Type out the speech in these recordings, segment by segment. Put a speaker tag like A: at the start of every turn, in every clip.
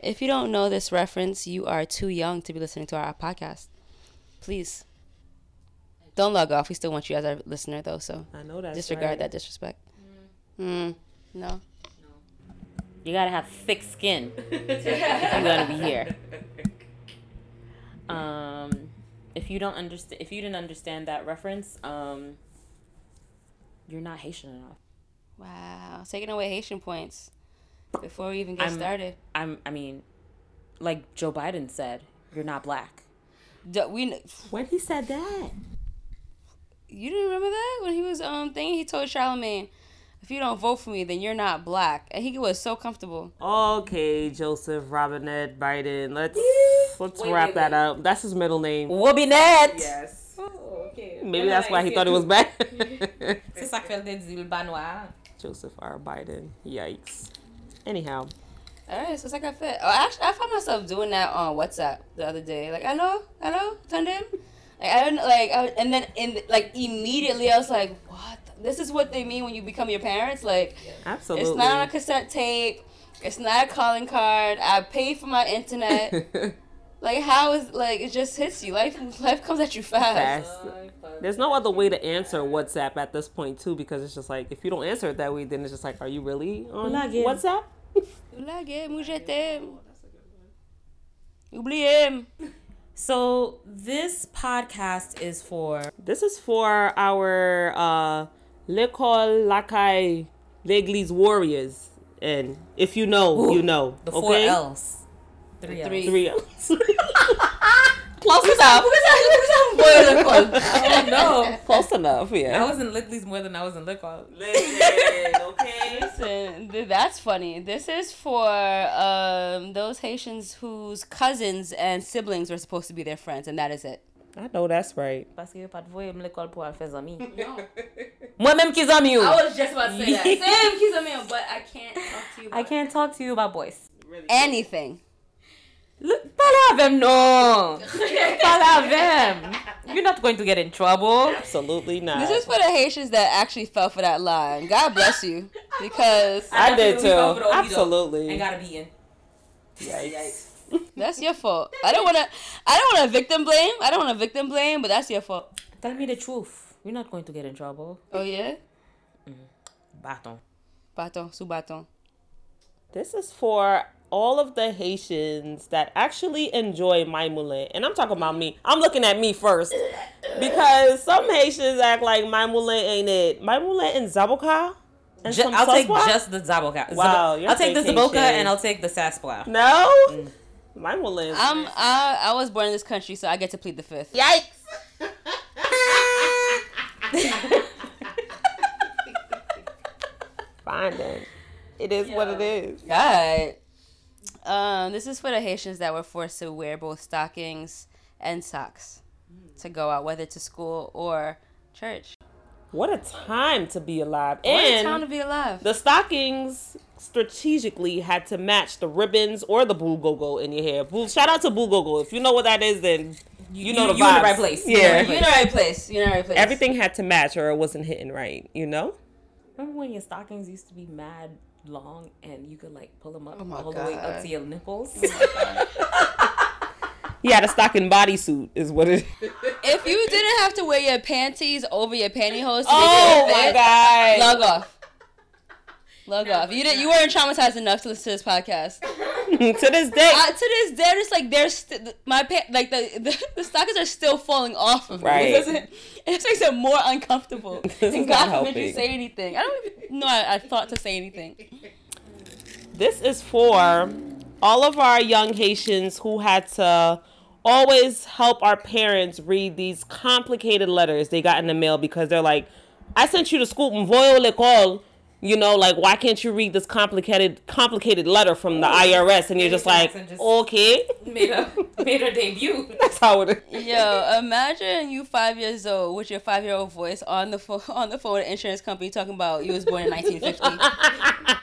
A: If you don't know this reference, you are too young to be listening to our podcast. Please. Don't log off. We still want you as our listener, though, so
B: I know that's
A: disregard
B: right.
A: that disrespect. Mm. No.
C: You gotta have thick skin if you're gonna be here. Um, if you don't understand, if you didn't understand that reference, um, you're not Haitian enough.
A: Wow. Taking away Haitian points before we even get
C: I'm-
A: started.
C: I'm. I mean, like Joe Biden said, you're not black.
A: D- we kn-
B: When he said that,
A: You didn't remember that when he was um thing he told Charlemagne, if you don't vote for me, then you're not black, and he was so comfortable.
B: okay, Joseph Robinette Biden. Let's let's
C: Wait,
B: wrap
C: wait,
B: that up. That's his middle name.
C: We'll be net.
B: Yes.
C: Oh, okay.
B: Maybe that's why he thought it was bad.
C: C'est ça que fait des îles banois.
B: Joseph R. Biden. Yikes. Anyhow,
A: All right, so it's like I fit. Oh, actually, I found myself doing that on WhatsApp the other day. Like, hello, hello, Tandem. Like I don't like, I, and then in like immediately I was like, what? This is what they mean when you become your parents. Like,
B: absolutely.
A: it's not on a cassette tape. It's not a calling card. I pay for my internet. like, how is like it just hits you? Life life comes at you fast.
B: Fast. There's no other way to answer WhatsApp at this point too, because it's just like if you don't answer it that way, then it's just like, are you really on
C: Login.
B: WhatsApp?
A: Blague, moi je t'aime. Oubliez.
C: So this podcast is for
B: This is for our uh, l'école lacaille l'église warriors, and if you know, you know.
C: the four L's. Three,
A: Three.
C: L's.
B: Three L's.
A: Close enough.
C: Oh no.
B: Close enough,
C: I
B: yeah.
C: was in Lickley's more than I was in Lickall.
B: okay.
A: Listen, th- that's funny. This is for um, those Haitians whose cousins and siblings were supposed to be their friends, and that is it.
B: I know that's right.
C: Parce que pas de voyer me l'école pour aller faire amis. Moi-même qui amis you.
A: was just about to say that. Sam, he's a man, but I can't talk to you.
C: I can't talk to you about boys.
A: Anything.
C: Look, parle avec non. parle avec. You're not going to get in trouble.
B: Absolutely not.
A: This is for the Haitians that actually fell for that line. God bless you, because
B: I did
C: Definitely fell for the
B: too.
C: Oedo.
B: Absolutely.
C: gotta be in.
B: Yikes.
A: that's your fault. I don't wanna, I don't wanna victim blame. I don't wanna victim blame, but that's your fault.
C: Tell me the truth. You're not going to get in trouble.
A: Oh yeah,
C: Baton.
A: baton, sous baton.
B: This is for all of the Haitians that actually enjoy Maimoulin. And I'm talking about me. I'm looking at me first. Because some Haitians act like Maimoulin ain't it. Maimoulin and Zaboka? And
C: Ju-
B: some
C: I'll take
B: Saswa?
C: just the Zaboka.
B: Wow,
C: Zab-
B: you're
C: I'll take the
B: vacation.
C: Zaboka and I'll take the Sasquatch.
B: No? Maimoulin.
A: I'm, I, I was born in this country, so I get to plead the fifth.
B: Yikes. Fine then. It is what it is.
A: God. Um, this is for the Haitians that were forced to wear both stockings and socks
B: Hmm.
A: to go out, whether to school or church.
B: What a time to be alive.
A: What a
B: And
A: time to be alive.
B: The stockings strategically had to match the ribbons or the boogogo in your hair. Boo, shout out to boogogo. If you know what that is, then you, know the
C: you- you in the
B: vibes.
C: right place. You in the
B: Yeah.
C: right
A: You're in the right place. You're in the right place.
B: Everything had to match or it wasn't hitting right, you know?
C: Remember when your stockings used to be mad long and you could like pull them up
A: my
C: all the way up
A: God.
C: to your nipples?
B: He had a stocking bodysuit, is what it is.
A: If you didn't have to wear your panties over your pantyhose to
B: Oh
A: make it
B: my
A: fit,
B: god.
A: log off. Log off. You didn't. You weren't traumatized enough to listen to this podcast.
B: to this day.
A: I, to this day, it's like there's st- my pa- like the, the the stockings are still falling off of me.
B: Right.
A: It, doesn't- it makes it more uncomfortable.
B: is
A: and
B: not
A: God forbid you
B: helping.
A: say anything. I don't even know. I, I thought to say anything.
B: This is for all of our young Haitians who had to always help our parents read these complicated letters they got in the mail because they're like, I sent you to school, m'voyo l'école. You know, like why can't you read this complicated complicated letter from the
A: Oh,
B: IRS? And you're just like,
C: And just-
B: okay,
C: made a made a debut.
B: that's how it is.
A: Yo, imagine you five years old with your five year old voice on the phone on the phone with an insurance company talking about you was born in 1950.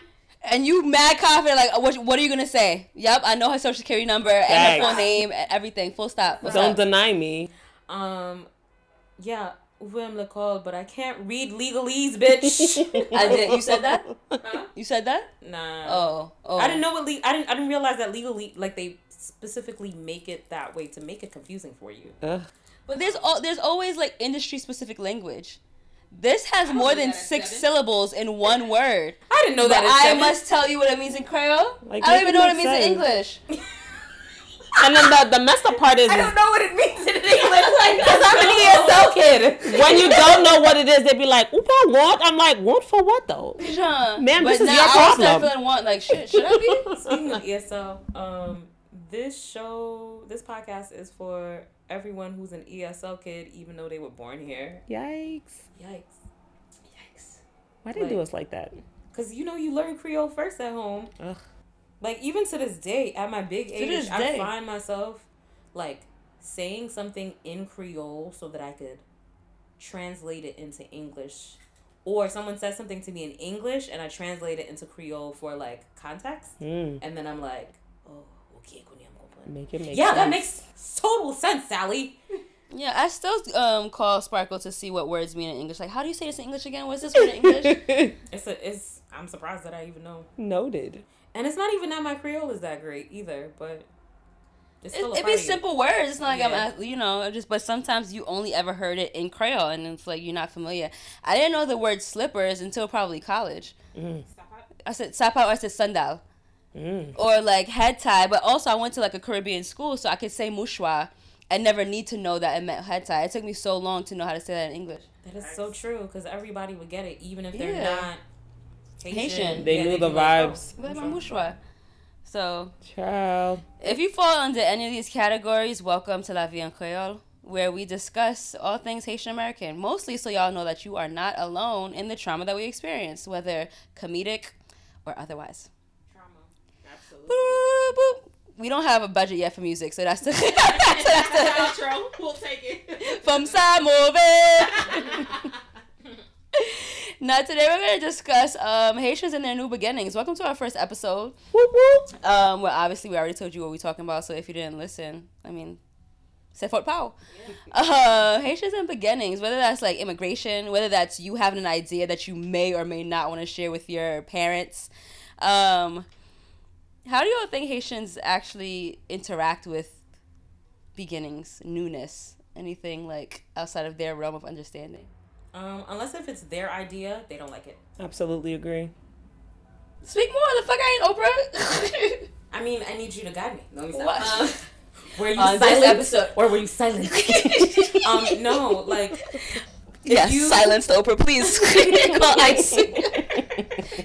A: And you mad confident, like what? What are you gonna say? Yep, I know her social security number and her
B: Facts.
A: full name and everything. Full stop. Full
B: Don't
A: stop.
B: deny me.
C: Um, yeah. ouvrir me le col, but I can't read legalese, bitch.
A: I did. You said that?
C: Huh?
A: You said that?
C: nah.
A: Oh, oh.
C: I didn't know what le- I didn't. I didn't realize that legally, like they specifically make it that way to make it confusing for you.
B: Ugh.
A: But there's all there's always like industry specific language. This has
C: don't
A: more
C: know
A: than
C: that at
A: six
C: seven.
A: syllables in one word.
C: I didn't know
A: But
C: that. at
A: I
C: seven.
A: must tell you what it means in Creole.
B: Like,
A: I don't
B: make
A: even
B: it
A: know what it
B: make
A: means in
B: sense.
A: English.
B: And then the, the messed up part is,
C: I
B: is
C: don't know what it means in English. Like,
B: Because I'm an ESL
C: E kid.
B: when you don't know what it is, they be like, "Oop, I want." I'm like, "Want for what though?"
A: Jean.
B: Ma'am,
A: but
B: this is
A: now
B: your
A: I start
B: problem.
A: feeling want like shit. Should I be?
C: Speaking of ESL, um, this show, this podcast is for everyone who's an ESL kid, even though they were born here.
B: Yikes!
C: Yikes. Yikes.
B: Why they do us like that?
C: Because, you know, you learn Creole first at home.
B: Ugh.
C: Like, even to this day, at my big age,
A: this
C: I
A: day.
C: find myself, like, saying something in Creole so that I could translate it into English. Or someone says something to me in English and I translate it into Creole for, like, context.
A: Hmm.
B: Mm.
C: And then I'm like, oh, okay, Kunya, I'm gonna put it."
B: Make it make
C: Yeah,
B: sense.
C: that makes total sense, Sally.
A: Yeah, I still um call Sparkle to see what words mean in English. Like, how do you say this in English again? What's this word in English?
C: It's a, it's. I'm surprised that I even know.
B: Noted.
C: And it's not even that my Creole is that great either, but it's
A: It,
C: still a
A: it'd be
C: party.
A: simple words. It's not like I'm,
C: Yeah.
A: ask- you know, just but sometimes you only ever heard it in Creole, and it's like you're not familiar. I didn't know the word slippers until probably college. I said sapo, I said sandal,
B: Mm.
A: or like head tie. But also, I went to like a Caribbean school, so I could say mushwa. I never need to know that it meant head tie. It took me so long to know how to say that in English.
C: That is so true because everybody would get it even if they're
A: Yeah.
C: not Haitian.
A: Haitian.
B: They knew
C: they'd
B: the
C: be like,
B: vibes.
A: Where's my
C: mushroom.
A: mushwa? So
B: Child.
A: If you fall under any of these categories, welcome to La Vie en Creole, where we discuss all things Haitian American, mostly so y'all know that you are not alone in the trauma that we experience, whether comedic or otherwise.
C: Absolutely.
A: Boop, boop. We don't have a budget yet for music, so that's the, so that's the
C: outro. We'll take it.
A: from some over. now today we're gonna discuss um, Haitians and their new beginnings. Welcome to our first episode.
B: Whoop whoop.
A: Um, well, obviously, we already told you what we're talking about, so if you didn't listen, I mean, set for pow. Uh, Haitians and beginnings, whether that's like immigration, whether that's you having an idea that you may or may not want to share with your parents. Um, how do you all think Haitians actually interact with beginnings, newness, anything like outside of their realm of understanding?
C: Um, unless if it's their idea, they don't like it.
B: Absolutely agree.
A: Speak more, the fuck I ain't Oprah.
C: I mean, I need you to guide me. No, he's not.
A: What?
C: Um, were you
A: On this
C: silent?
A: episode.
C: Or were you silent? um, no, like
A: Yes,
C: you-
A: silence the Oprah, please. Call ICE.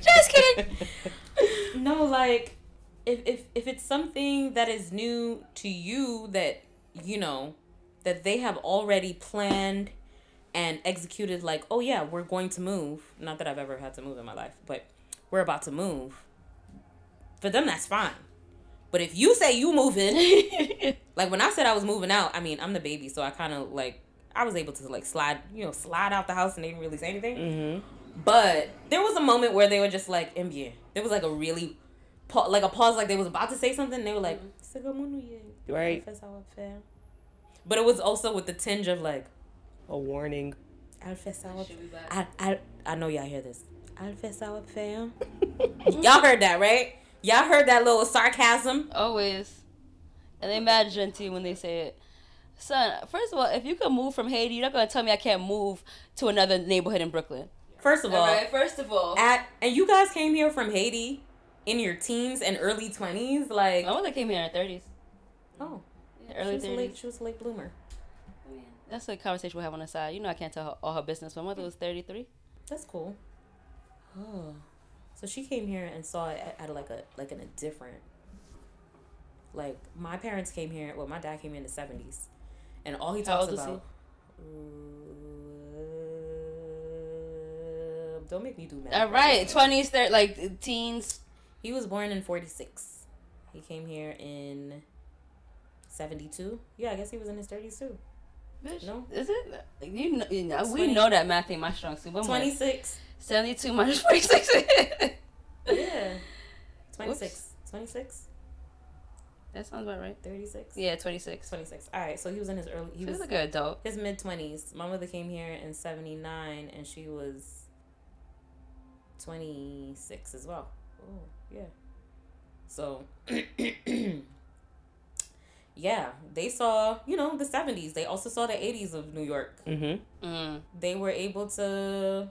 A: Just kidding.
C: no, like if, if if it's something that is new to you that you know that they have already planned and executed, like oh yeah, we're going to move. Not that I've ever had to move in my life, but we're about to move. For them, that's fine. But if you say you moving, like when I said I was moving out, I mean I'm the baby, so I kind of like I was able to like slide, you know, slide out the house and they didn't really say anything. But there was a moment where they were just like MBA. There was like a really pa- like a pause, like they was about to say something. and They were like, "Sigamunuye."
B: Right.
C: That's how I feel. But it was also with the tinge of like,
B: A warning.
C: "I'll fess how I
A: Should we back?
C: I, I, I know y'all hear this. I'll fess how I feel. Y'all heard that, right? Y'all heard that little sarcasm.
A: Always. And they mad gentle when they say it. Son, first of all, if you could move from Haiti, you're not gonna tell me I can't move to another neighborhood in Brooklyn.
C: First of all,
A: first of all.
C: at and you guys came here from Haiti in your teens and early twenties, like
A: My mother came here in her thirties.
C: oh, she
A: Early
C: was a late,
A: thirties.
C: she was a late bloomer.
A: Oh, That's a conversation we'll have on the side. You know I can't tell her all her business. My mother was thirty three.
C: That's cool. Oh, so she came here and saw it at, at like a like in a different. Like my parents came here. Well, my dad came here in the seventies, and all he
A: How
C: talks
A: old was he?
C: about. Uh, don't make me do math.
A: All right, twenties, thir- like teens.
C: He was born in forty six. He came here in seventy two. Yeah, I guess he was in his thirties too.
A: Bitch,
C: No.
A: is it? You know, you know we
C: 20.
A: know that math ain't my strong suit. but I'm like,
C: Twenty six.
A: 72 minus 46.
C: Yeah. 26. 26?
A: That sounds about right.
C: 36?
A: Yeah, 26.
C: 26. All right, so he was in his early. He
A: Feels
C: was
A: like an adult.
C: his mid 20s. My mother came here in 79 and she was 26 as well. Oh, yeah. So, yeah, they saw, you know, the 70s. They also saw the 80s of New York.
B: Mm-hmm.
A: Mm.
C: They were able to,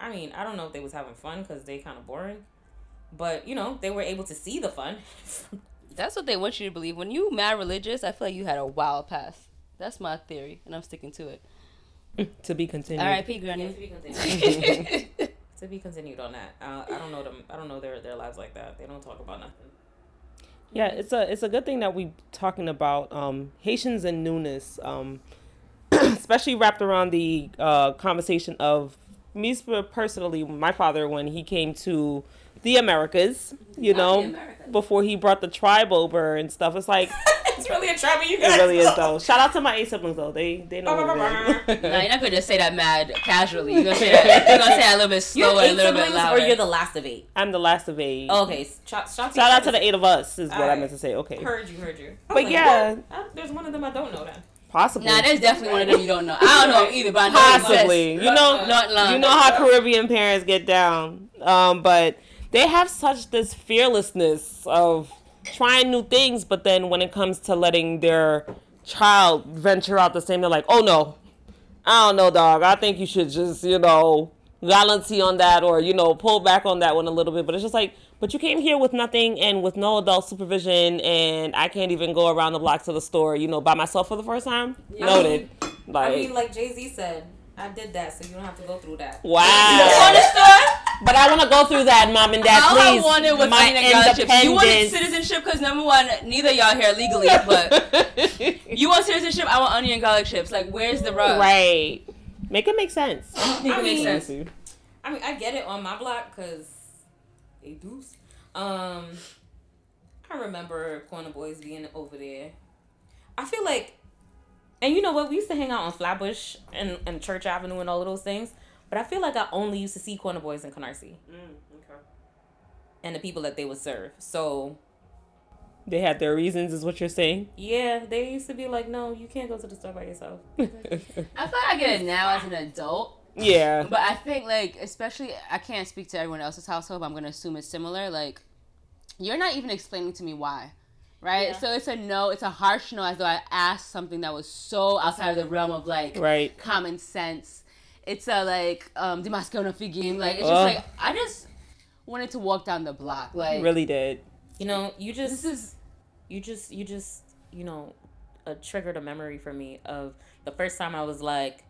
C: I mean, I don't know if they was having fun because they kind of boring. But, you know, they were able to see the fun.
A: That's what they want you to believe. When you mad religious, I feel like you had a wild past. That's my theory, and I'm sticking to it.
B: To be continued.
A: R.I.P.
C: Yeah,
A: Granny.
C: to be continued.
A: yeah,
C: To be continued on that. Uh, I don't know them. I don't know their their lives like that. They don't talk about nothing.
B: Yeah, it's a it's a good thing that we talking about um, Haitians and newness, um, especially wrapped around the uh, conversation of me sp- personally, my father when he came to the Americas, you know, before he brought the tribe over and stuff. It's like
C: it's really a trap, you guys.
B: it really is though. Shout out to my A siblings though; they they know. What it
A: No,
B: is.
A: you're not gonna just say that mad casually. You're gonna say that. You're gonna say that a little bit
C: You're
A: slower,
C: eight
A: and a little bit
C: siblings
A: louder.
C: or you're the last of eight.
B: I'm the last of eight.
A: Oh.
C: Okay, s- shout, shout,
B: Shout out to the eight of us is what I
C: Alright.
B: meant to say. Okay,
C: Heard you, heard you. I was
B: but
C: like,
B: yeah,
C: what? I- there's one of them I don't know then.
B: possibly.
A: Nah, there's definitely one of them you don't know. I don't know him either, but I know he exists.
B: Possibly. You know-
A: not long.
B: you know how Caribbean parents get down, um, but they have such this fearlessness of trying new things. But then when it comes to letting their child venture out the same, they're like, "Oh no, I don't know, dog. I think you should just, you know, gallantry on that, or you know, pull back on that one a little bit." But it's just like, but you came here with nothing and with no adult supervision, and I can't even go around the block to the store, you know, by myself for the first time.
C: Yeah.
B: Noted.
C: I
B: Like,
C: mean, like Jay Z said, I did that, so you don't have to go through that.
A: Go
B: wow.
A: to the store.
B: But I want to go through that, mom and dad.
A: All
B: please,
A: I wanted was
B: my
A: citizenship. You wanted
B: independence.
A: citizenship because number one, neither y'all here legally, but you want citizenship. I want onion garlic chips. Like, where's the rub?
B: right. Make it make sense.
A: Make
C: I
A: it make
C: mean-
A: sense.
C: I mean, I get it on my block because they do. Um, I remember corner boys being over there. I feel like, and you know what? We used to hang out on Flatbush and, and Church Avenue and all of those things. But I feel like I only used to see corner boys in Canarsie and the people that they would serve. So
B: They had their reasons, is what you're saying.
C: yeah, they used to be like, no, you can't go to the store by yourself.
A: I feel like I get it now as an adult,
B: yeah.
A: but I think like especially I can't speak to everyone else's household. But I'm gonna assume it's similar. Like, you're not even explaining to me why. Right,
C: Yeah.
A: so it's a no. It's a harsh no, as though I asked something that was so outside of the realm of like
B: Right.
A: common sense. It's a like um Damasco no game. Like it's just
B: Ugh.
A: like I just wanted to walk down the block. Like
B: Really did.
C: You know, you just
A: this is
C: you just you just you know uh, triggered a memory for me of the first time I was like,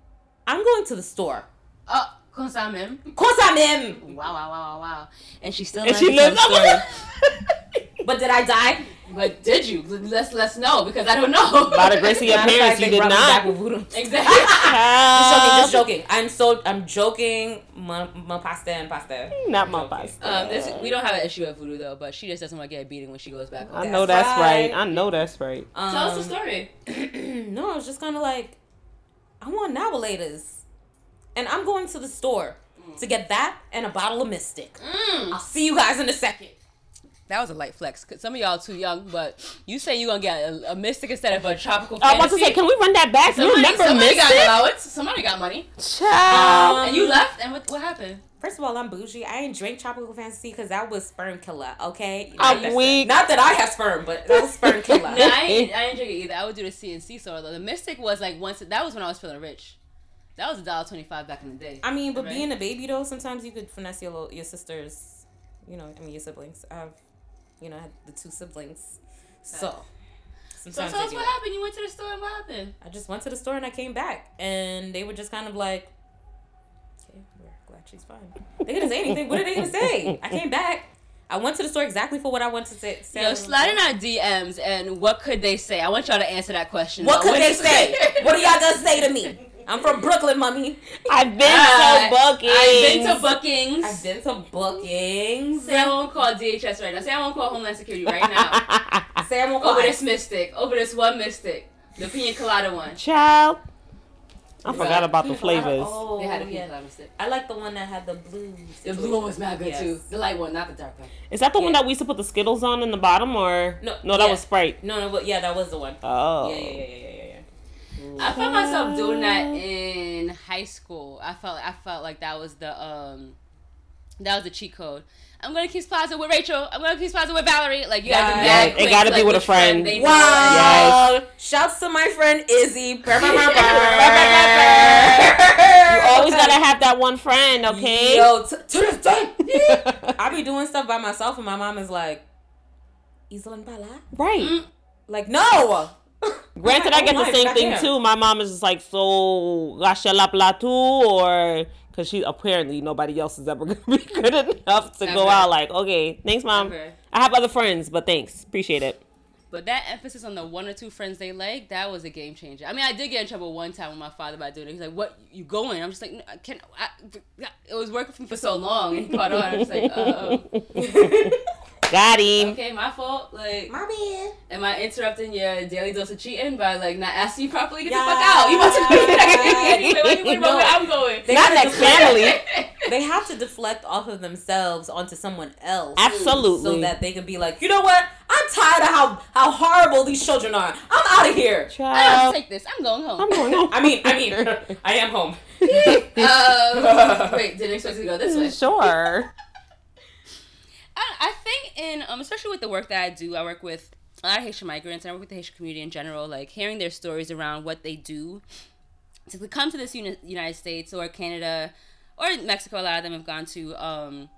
C: I'm going to the store.
A: uh comme ça même.
C: course I'm him.
A: Wow wow wow wow wow. And she still
B: And she
A: hasn't
B: lives
A: told the
B: up.
A: story.
C: But did I die?
A: But did you? Let's let's know because I don't know.
B: By the grace of your
C: Matter of fact,
B: parents,
C: they
B: you did
C: brought me back
B: not. Um,
C: with voodoo.
A: exactly.
C: Just joking, just
B: Child.
C: joking. I'm so I'm joking. My, my pasta and pasta.
B: Not my
C: Joking.
B: pasta.
A: Um, this, we don't have an issue with voodoo though, but she just doesn't want to get a beating when she goes back home.
B: I know
C: That's
B: that's right.
C: right.
B: I know that's right.
C: Um,
A: Tell us the story.
C: no, I was just kind of like, I want Navilators, and I'm going to the store to get that and a bottle of Mystic. I'll see you guys in a second.
A: mm. That was a light flex. 'cause some of y'all too young, but you say you gonna get a, a mystic instead of a tropical.
B: I was about to say,
A: fantasy.
B: can we run that back? You
A: Somebody,
B: remember
A: somebody got
B: Mystic?
A: allowance. Somebody got money.
B: Child.
C: Um,
A: and you left. And what, what happened?
C: First of all, I'm bougie. I ain't drink tropical fantasy because that was sperm killer. Okay,
B: I'm
C: Not that-
B: weak.
C: Not that I have sperm, but that was sperm killer.
A: No, I ain't, I ain't drink it either. I would do the CNC soda though. The Mystic was like once. That was when I was feeling rich. That was a dollar twenty five back in the day.
C: I mean, but
A: Right.
C: being a baby though, sometimes you could finesse your little, your sisters, you know, I mean your siblings. I've, you know, I had the two siblings, so
A: So
C: sometimes
A: tell
C: I,
A: us
C: do
A: what
C: that.
A: happened. You went to the store and what happened?
C: I just went to the store and I came back, and they were just kind of like, "Okay, we're glad she's fine." They didn't say anything. What are they gonna say? I came back. I went to the store exactly for what I wanted to say. say I
A: Yo,
C: was-
A: slide in our DMs and what could they say? I want y'all to answer that question.
C: What
A: Now,
C: could they
A: is-
C: say? what are y'all gonna say to me? I'm from Brooklyn, mummy.
B: I've been
A: Ah,
B: to Bucky's.
A: I've been to Bookings.
C: I've been to bookings.
A: Say I won't call DHS right now. Say I won't call Homeland Security right now.
C: Sam will
A: Over this mystic. Over this one mystic. The pina colada one.
B: Child. I forgot about the flavors.
C: Oh,
A: They had a
C: yeah.
A: pink flavor stick.
C: I like the one that had the blue.
A: The
C: situation.
A: blue one was mad good
C: Yes.
A: too. The light one, not the dark one.
B: Is that the one
C: yeah.
B: that we used to put the Skittles on in the bottom, or
C: No,
B: No, that
C: yeah.
B: was Sprite.
C: No, no, but yeah, that was the one.
B: Oh,
C: Yeah, yeah, yeah, yeah, yeah, yeah.
A: I found myself doing that in high school. I felt I felt like that was the um that was the cheat code. I'm gonna Kings Plaza with Rachel. I'm gonna Kings Plaza with Valerie. Like you gotta be
C: Yes.
A: mad
C: It
A: quick,
B: gotta be
A: like,
B: with a
A: which friend
B: friend.
A: they know.
C: Wow! Shouts to my friend Izzy. Brr, brr, brr, brr, brr, brr, brr.
B: You always gotta have that one friend, okay?
C: Yo, t- to this day, I be doing stuff by myself, and my mom is like, "Isolan pala?"
B: right.
C: Mm, oh Like, no. oh
B: Granted, I get the
C: Life
B: same
C: back
B: thing
C: there.
B: too. My mom is just like, so, gasha la platu, or, because she apparently nobody else is ever going to be good enough to go
A: Ever.
B: out. Like, okay, thanks, mom.
A: Ever.
B: I have other friends, but thanks. Appreciate it.
A: But that emphasis on the one or two friends they like, that was a game changer. I mean, I did get in trouble one time with my father about doing it. He's like, "What you going?" I'm just like, "No, I "Can I, It was working for me for so long, and he caught on. I'm just like, "Oh,
B: Got him.
A: okay, my fault." Like,
C: My bad.
A: Am I interrupting your daily dose of cheating by like not asking you properly? Get
C: Yeah.
A: the fuck out! You want to go anyway? You know where I'm going.
C: They
B: Not
C: gotta
B: that
C: deflect-
B: family.
C: They have to deflect off of themselves onto someone else.
B: Absolutely.
C: So that they can be like, you know what? I'm tired of how how horrible these children are. I'm out of
A: I
C: here.
A: don't have
B: Child.
A: to take this. I'm going home.
B: I'm going home.
C: I uh, mean, I mean, I am home.
A: Um, wait, didn't expect it to go this way.
B: Sure.
A: I, I think in um, especially with the work that I do, I work with a lot of Haitian migrants and I work with the Haitian community in general. Like hearing their stories around what they do to come to this uni- United States or Canada or Mexico. A lot of them have gone to um,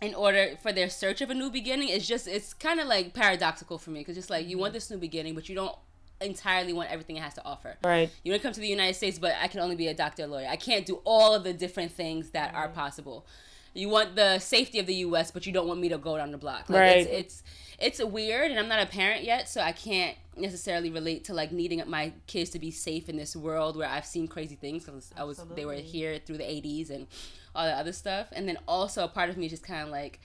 A: in order for their search of a new beginning. It's just it's kind of like paradoxical for me because just like you want this new beginning, but you don't entirely want everything it has to offer.
B: Right.
A: You want to come to the United States, but I can only be a doctor, lawyer. I can't do all of the different things that are possible. You want the safety of the U.S., but you don't want me to go down the block. Like,
B: Right.
A: It's, it's it's weird, and I'm not a parent yet, so I can't necessarily relate to like needing my kids to be safe in this world where I've seen crazy things. 'cause I was they were here through the '80s and all that other stuff, and then also a part of me is just kind of like,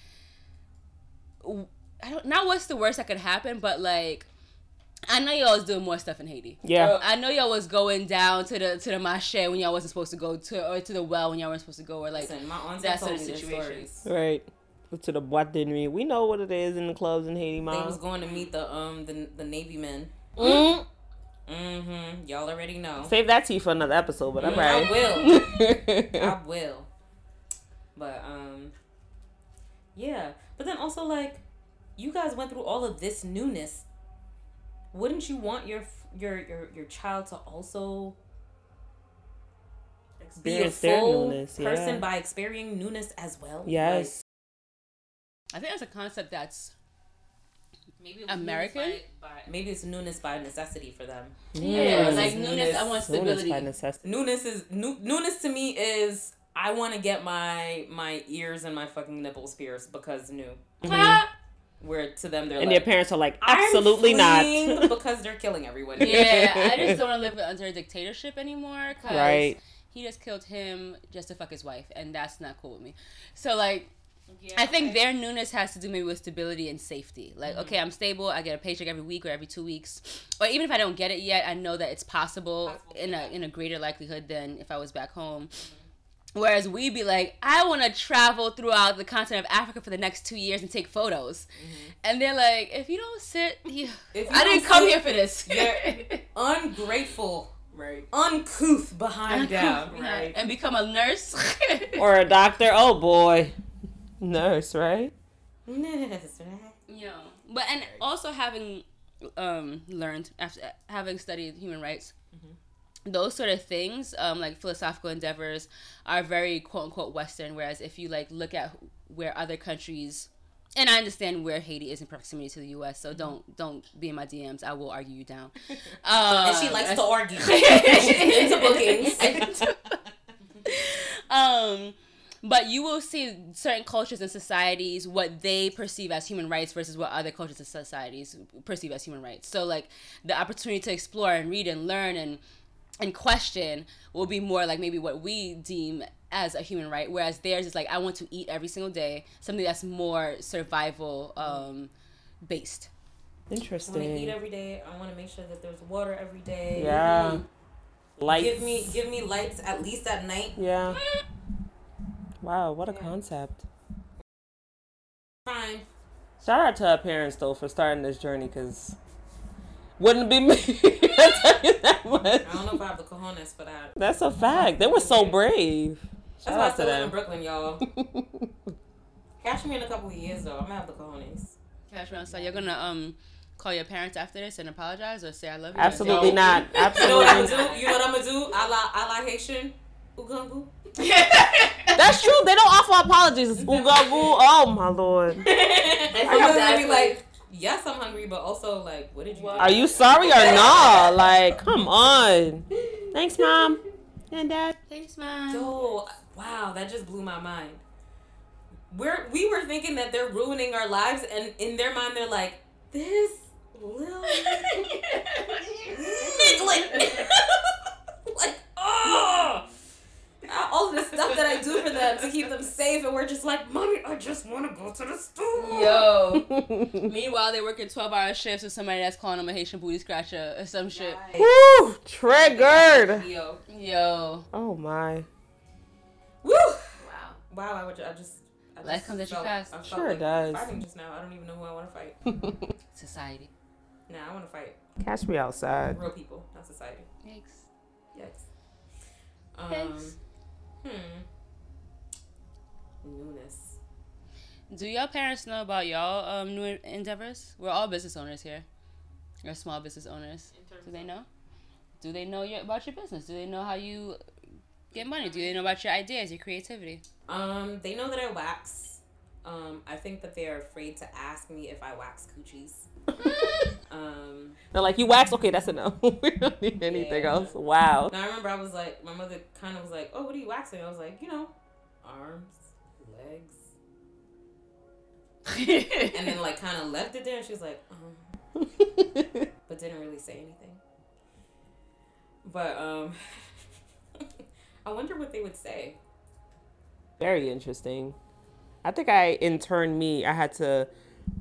A: w- I don't not what's the worst that could happen, but like, I know y'all was doing more stuff in Haiti.
B: Yeah.
A: I know y'all was going down to the to the mache when y'all wasn't supposed to go to or to the well when y'all weren't supposed to go or like
C: Listen, my aunts
A: That sort
C: told me
A: of
C: their
A: situation.
C: stories.
B: Right. To the boîte de nuit. We know what it is in the clubs in Haiti,
C: They was
B: mom.
C: going to meet the um the, the Navy men.
B: Mm.
C: Mm-hmm. Y'all already know.
B: Save that tea for another episode, but all
C: Mm, I
B: right.
C: will. I will. But um yeah. But then also like you guys went through all of this newness. Wouldn't you want your your your, your child to also be a
B: Experience their
C: full
B: newness, yeah.
C: person by experiencing newness as well?
B: Yes.
A: I think that's a concept that's
D: Maybe
A: was American?
D: news by- by-
C: Like, maybe it's newness by necessity for them.
A: yeah, like
C: Newness.
A: newness. I want
B: Soon it's
A: stability.
B: by necessity.
C: Newness is new, newness to me is I want to get my my ears and my fucking nipples pierced because new.
A: Ah!
C: Where to them they're
B: And their
C: like
B: parents are like,
C: "I'm
B: absolutely
C: fleeing
B: not.
C: because they're killing everyone.
A: yeah, I just don't want to live under a dictatorship anymore. Cause
B: Right.
A: He just killed him just to fuck his wife, and that's not cool with me. So like,
D: yeah,
A: I think
D: okay.
A: their newness has to do maybe with stability and safety. Like, okay, I'm stable. I get a paycheck every week or every two weeks, or even if I don't get it yet, I know that it's possible,
D: Possible,
A: in
D: yeah.
A: a in a greater likelihood than if I was back home. Whereas we be like, I want to travel throughout the continent of Africa for the next two years and take photos, and they're like, if you don't sit, you,
C: Mm-hmm. If you
A: I
C: don't
A: didn't come
C: sit-
A: here for this.
C: You're- Ungrateful,
D: Right.
C: uncouth behind down.
A: Yeah, and become a nurse.
B: or a doctor. Oh boy. Nurse, right?
A: Yeah, but and also having um, learned after having studied human rights,
C: Mm-hmm.
A: those sort of things, um, like philosophical endeavors, are very quote unquote Western. Whereas if you like look at where other countries, and I understand where Haiti is in proximity to the U.S.,
C: Mm-hmm.
A: so don't don't be in my DMs. I will argue you down. Uh,
C: And she likes to argue. She's into bookings.
A: into um but you will see certain cultures and societies what they perceive as human rights versus what other cultures and societies perceive as human rights so like the opportunity to explore and read and learn and and question will be more like maybe what we deem as a human right whereas theirs is like i want to eat every single day something that's more survival um based
C: I want to eat
B: Interesting.
C: every day. I want to make sure that there's water every day.
B: Yeah. Lights.
C: Give me give me lights at least at night.
B: Yeah. Wow, what a concept.
C: Fine.
B: Shout out to her parents though for starting this journey because wouldn't it be me. I'll tell you that much.
C: I don't know if I have the cojones for that.
B: That's a fact. They were so brave.
C: That's
B: Shout
C: why I
B: out
C: still live in
B: to
C: Brooklyn, y'all.
B: them.
C: Catch me in a couple of years though. I'm gonna have the cojones.
A: Cash me outside. You're gonna um call your parents after this and apologize or say I love you.
B: Absolutely
C: No.
B: not.
C: You know what I'm
B: Absolutely.
C: gonna do? You know what I'm gonna do? A la a la Haitian. Ugungu.
B: That's true. They don't offer apologies. It's Ooga goo. Oh my lord.
C: I'm gonna be like, yes, I'm hungry, but also like, what did you?
D: What?
B: Are you sorry or not? Like, come on. Thanks, mom and dad.
A: Thanks, man.
C: Yo, wow, that just blew my mind. We're we were thinking that they're ruining our lives, and in their mind, they're like, this little nigglet, like, oh, all of the stuff that I do for them to keep them safe, and we're just like, mommy, I just want to go to the store.
A: Yo. Meanwhile, they're working twelve-hour shifts with somebody that's calling them a Haitian booty scratcher or some shit.
B: Woo! Triggered.
D: Yo.
A: Yo,
B: Oh my.
C: Woo!
D: Wow.
C: Wow, I would, I just. I
A: Life
C: just
A: comes at you
C: felt-
A: fast.
C: I felt
B: Sure
C: like
B: does.
C: Fighting just now. I don't even know who I want to fight.
A: society.
C: Nah, I want to fight
B: Catch me outside.
C: real people, not society.
A: Yikes.
C: Yikes. Um,
A: Yikes.
C: Hmm. Newness.
A: Do y'all parents know about y'all um, new endeavors? We're all business owners here. We're small business owners.
D: In terms
A: Do they know? Do they know your, about your business? Do they know how you get money? Do they know about your ideas, your creativity?
C: Um, they know that I wax. Um, I think that they are afraid to ask me if I wax coochies. Um,
B: They're like, you wax? Okay, that's enough. we don't need anything
C: Yeah.
B: else. Wow.
C: now I remember I was like, my mother kind of was like, "Oh, what are you waxing?" I was like, you know, arms, legs, and then like kind of left it there, and she was like, um, but didn't really say anything. But um, I wonder what they would say.
B: Very interesting. I think I interned me. I had to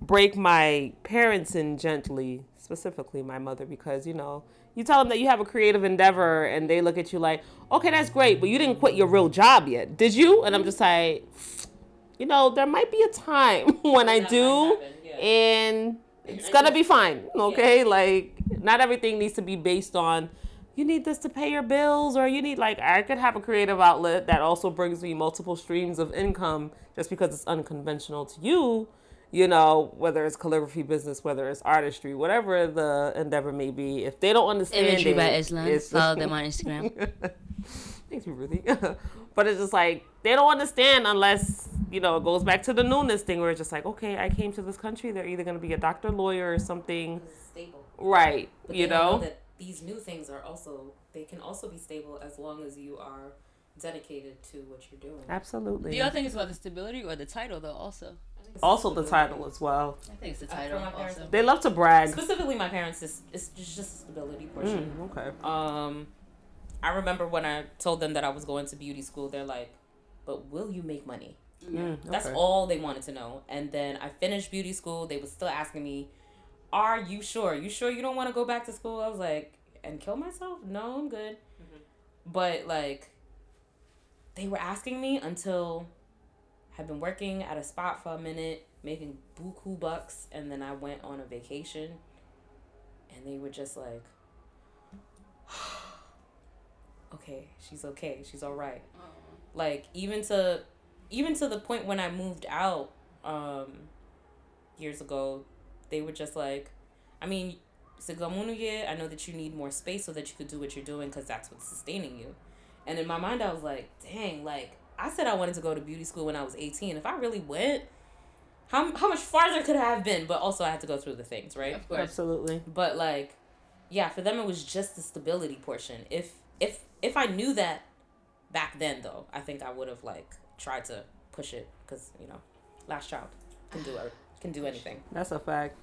B: break my parents in gently, specifically my mother, because you know, you tell them that you have a creative endeavor and they look at you like, okay, that's great, but you didn't quit your real job yet, did you? And I'm just like, you know, there might be a time when I
C: That
B: do,
C: might happen, yeah.
B: and it's gonna be fine, okay? Like, not everything needs to be based on you need this to pay your bills or you need like i could have a creative outlet that also brings me multiple streams of income just because it's unconventional to you you know whether it's calligraphy business whether it's artistry whatever the endeavor may be if they don't understand it, it's-
A: on Instagram.
B: Thank you, Ruthie. but it's just like they don't understand unless you know it goes back to the newness thing where it's just like okay, I came to this country. They're either gonna be a doctor, lawyer, or something,
C: stable.
B: right?
C: But
B: you
C: they don't
B: know,
C: that these new things are also they can also be stable as long as you are dedicated to what you're doing.
A: Do
B: absolutely.
A: y'all think it's about the stability or the title though? Also,
B: Also, the title as well.
A: I think it's the
C: Uh, for
A: title.
C: my parents,
A: Also,
B: They love to brag.
C: Specifically, my parents is it's just just the stability portion.
B: Mm, okay.
C: Um, I remember when I told them that I was going to beauty school, they're like, "But will you make money?"
B: Mm,
C: That's
B: okay.
C: all they wanted to know. And then I finished beauty school. They were still asking me, "Are you sure? You sure you don't want to go back to school?" I was like, "And kill myself? No, I'm good." But like, they were asking me until I've been working at a spot for a minute, making buku bucks, and then I went on a vacation, and they were just like, "Okay, she's okay. She's all right." Like even to even to the point when I moved out um years ago, they were just like, I mean, Sigamunuye, I know that you need more space so that you could do what you're doing because that's what's sustaining you. And in my mind, I was like, dang, like I said I wanted to go to beauty school when I was 18. If I really went, how, how much farther could I have been? But also, I had to go through the things, right?
A: of course.
B: Absolutely.
C: but like yeah for them it was just the stability portion if if if i knew that back then though i think i would have like tried to push it because you know last child can do it can do anything
B: That's a fact.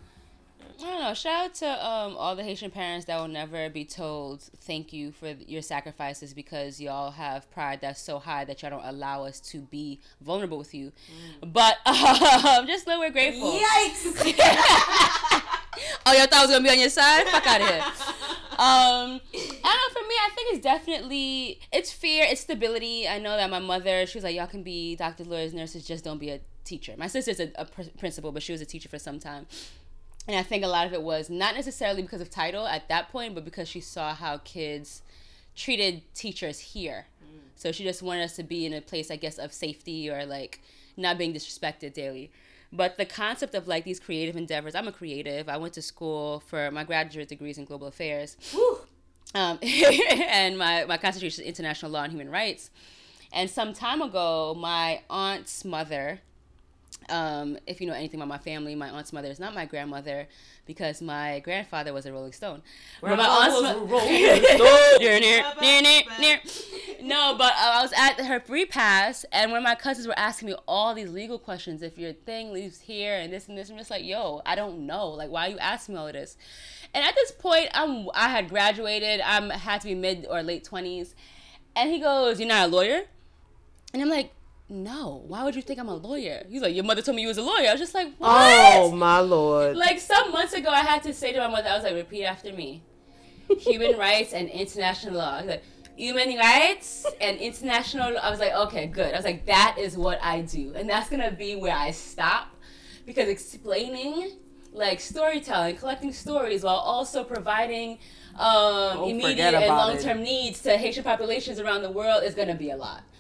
A: I don't know. Shout out to um, all the Haitian parents that will never be told thank you for your sacrifices because y'all have pride that's so high that y'all don't allow us to be vulnerable with you. But um, just know we're grateful.
C: yikes
A: oh, y'all thought I was gonna be on your side? Fuck out of here. Um, I don't know. For me, I think it's definitely it's fear, it's stability. I know that my mother, she was like, y'all can be doctors, lawyers, nurses, just don't be a teacher. My sister's a, a pr- principal, but she was a teacher for some time. And I think a lot of it was not necessarily because of title at that point, but because she saw how kids treated teachers here. So she just wanted us to be in a place, I guess, of safety or like not being disrespected daily. But the concept of like these creative endeavors, I'm a creative. I went to school for my graduate degrees in global affairs um, and my, my concentration is international law and human rights. And some time ago, my aunt's mother, um, if you know anything about my family, my aunt's mother is not my grandmother because my grandfather was a Rolling Stone. But my
C: Grandma
A: aunt's
C: was
A: mo-
C: a Rolling
A: Near, near, near, near, near. No, but uh, I was at her free pass, and when my cousins were asking me all these legal questions, if your thing leaves here and this and this, I'm just like, yo, I don't know. Like, why are you asking me all of this? And at this point, I'm I had graduated. I'm had to be mid or late twenties, and he goes, "You're not a lawyer," and I'm like. No, why would you think I'm a lawyer? He's like, your mother told me you was a lawyer. I was just like, what?
B: Oh my lord.
A: like some months ago, I had to say to my mother, I was like, repeat after me: human rights and international law. I was like, human rights and international. I was like, okay, good. I was like, that is what I do, and that's gonna be where I stop, because explaining, like storytelling, collecting stories while also providing um,
B: Oh,
A: immediate
B: forget
A: and
B: about it.
A: long-term needs to Haitian populations around the world is gonna be a lot.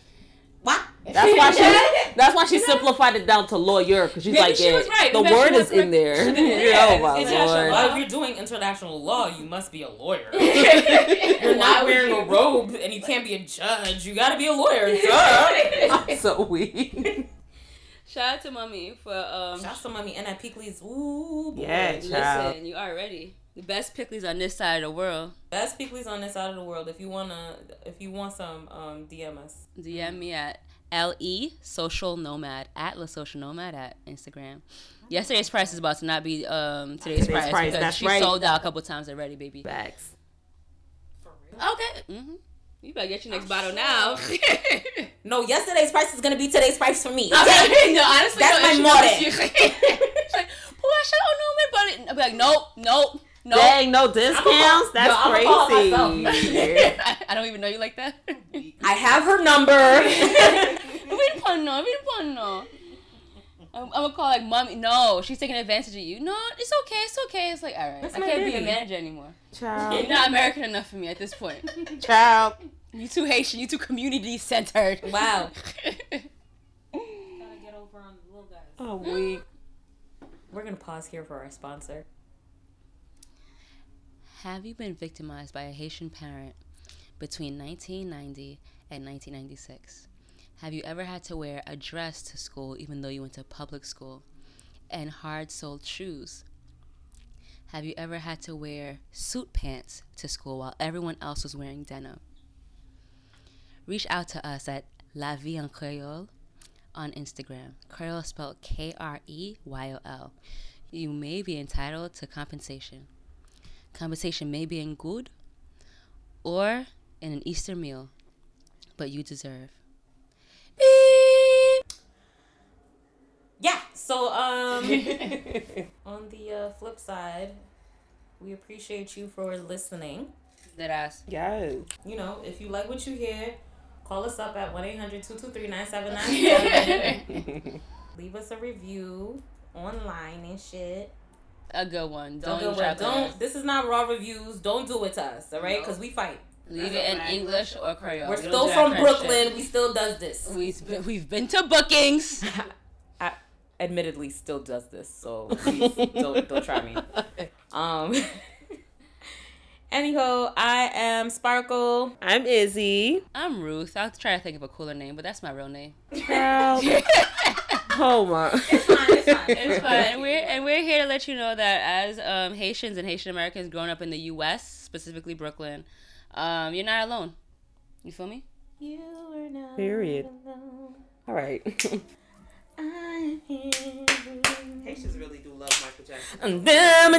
C: What?
B: That's why she. That's why she simplified it down to lawyer because she's
A: Maybe
B: like,
A: she
B: yeah,
A: was right.
B: the
A: Maybe she
B: word
A: was
B: is in
A: correct.
B: there.
A: Yeah,
B: oh my
A: it's actual
B: lord.
A: law.
C: Well, if you're doing international law, you must be a lawyer.
A: You're
C: You're not wearing a robe and you can't be a judge. You gotta be a lawyer. Duh.
B: I'm so weak.
A: Shout out to mommy for um,
C: Shout to mommy and at Peakley's. Ooh, boy.
B: Yeah, child.
A: Listen, you are ready. The best pickles on this side of the world.
C: Best Peakley's on this side of the world. If you wanna, if you want some, um, DM us.
A: DM me at le social nomad at la social nomad at Instagram. Yesterday's price is about to not be um, today's,
B: Today's
A: price,
B: price,
A: because
B: that's
A: she
B: right.
A: sold out a couple times already, baby.
B: Facts.
A: Okay. hmm You better get your next bottle now.
C: No, yesterday's price is gonna be today's price for me.
A: no, honestly,
C: That's
A: no,
C: my motto.
A: She's like, boy, I should know me, but I'm like, nope, nope, nope.
B: Dang, no discounts. That's
C: I'ma call
B: crazy.
C: myself.
A: I don't even know you like that. we
C: I have her number.
A: didn't put no, we didn't put no. I'm, I'm gonna call like mommy. No, she's taking advantage of you. No, it's okay, it's okay. It's like all right,
C: That's
A: I
C: my
A: can't be a
C: baby.
A: manager anymore. You're
B: Child,
A: not American enough for me at this point.
B: child.
A: You too Haitian. You too community centered.
C: wow.
D: Gotta get over on the little guys.
B: Oh, weak.
C: We're gonna pause here for our sponsor.
A: Have you been victimized by a Haitian parent between 1990 and 1996? Have you ever had to wear a dress to school even though you went to public school and hard soled shoes? Have you ever had to wear suit pants to school while everyone else was wearing denim? Reach out to us at La Vie en Creole on Instagram. Creole spelled K R E Y O L. You may be entitled to compensation conversation may be in good or in an Easter meal, but you deserve.
C: Yeah. So um, on the uh, flip side, we appreciate you for listening.
A: That ass.
B: Yes.
C: you know, if you like what you hear, call us up at 1 800 223 9797. Leave us a review online and shit.
A: A good one.
C: Don't,
A: Don't,
C: do
A: try
C: it.
A: to us.
C: Don't. This is not raw reviews. Don't do it to us, all right? Because we fight.
A: Leave it in English or Creole.
C: We're
A: We don't
C: still
A: do that
C: from
A: French shit.
C: Brooklyn. We still does this.
A: We've been, we've been to bookings.
C: Admittedly, still does this. So please don't don't try me. Um. Anyhow, I am Sparkle.
B: I'm Izzy.
A: I'm Ruth. I'll try to think of a cooler name, but that's my real name.
B: Child. Oh my. It's
C: fine, it's fine, it's
A: But and we're and we're here to let you know that as um, Haitians and Haitian Americans growing up in the U.S., specifically Brooklyn, um, you're not alone. You feel me?
C: You are not
B: Period.
C: alone.
B: All right.
C: I'm here.
E: Haitians really do love Michael Jackson.
B: Dum, dum.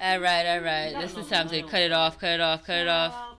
A: All right, all right. This is time to cut it off, cut it off, cut it off.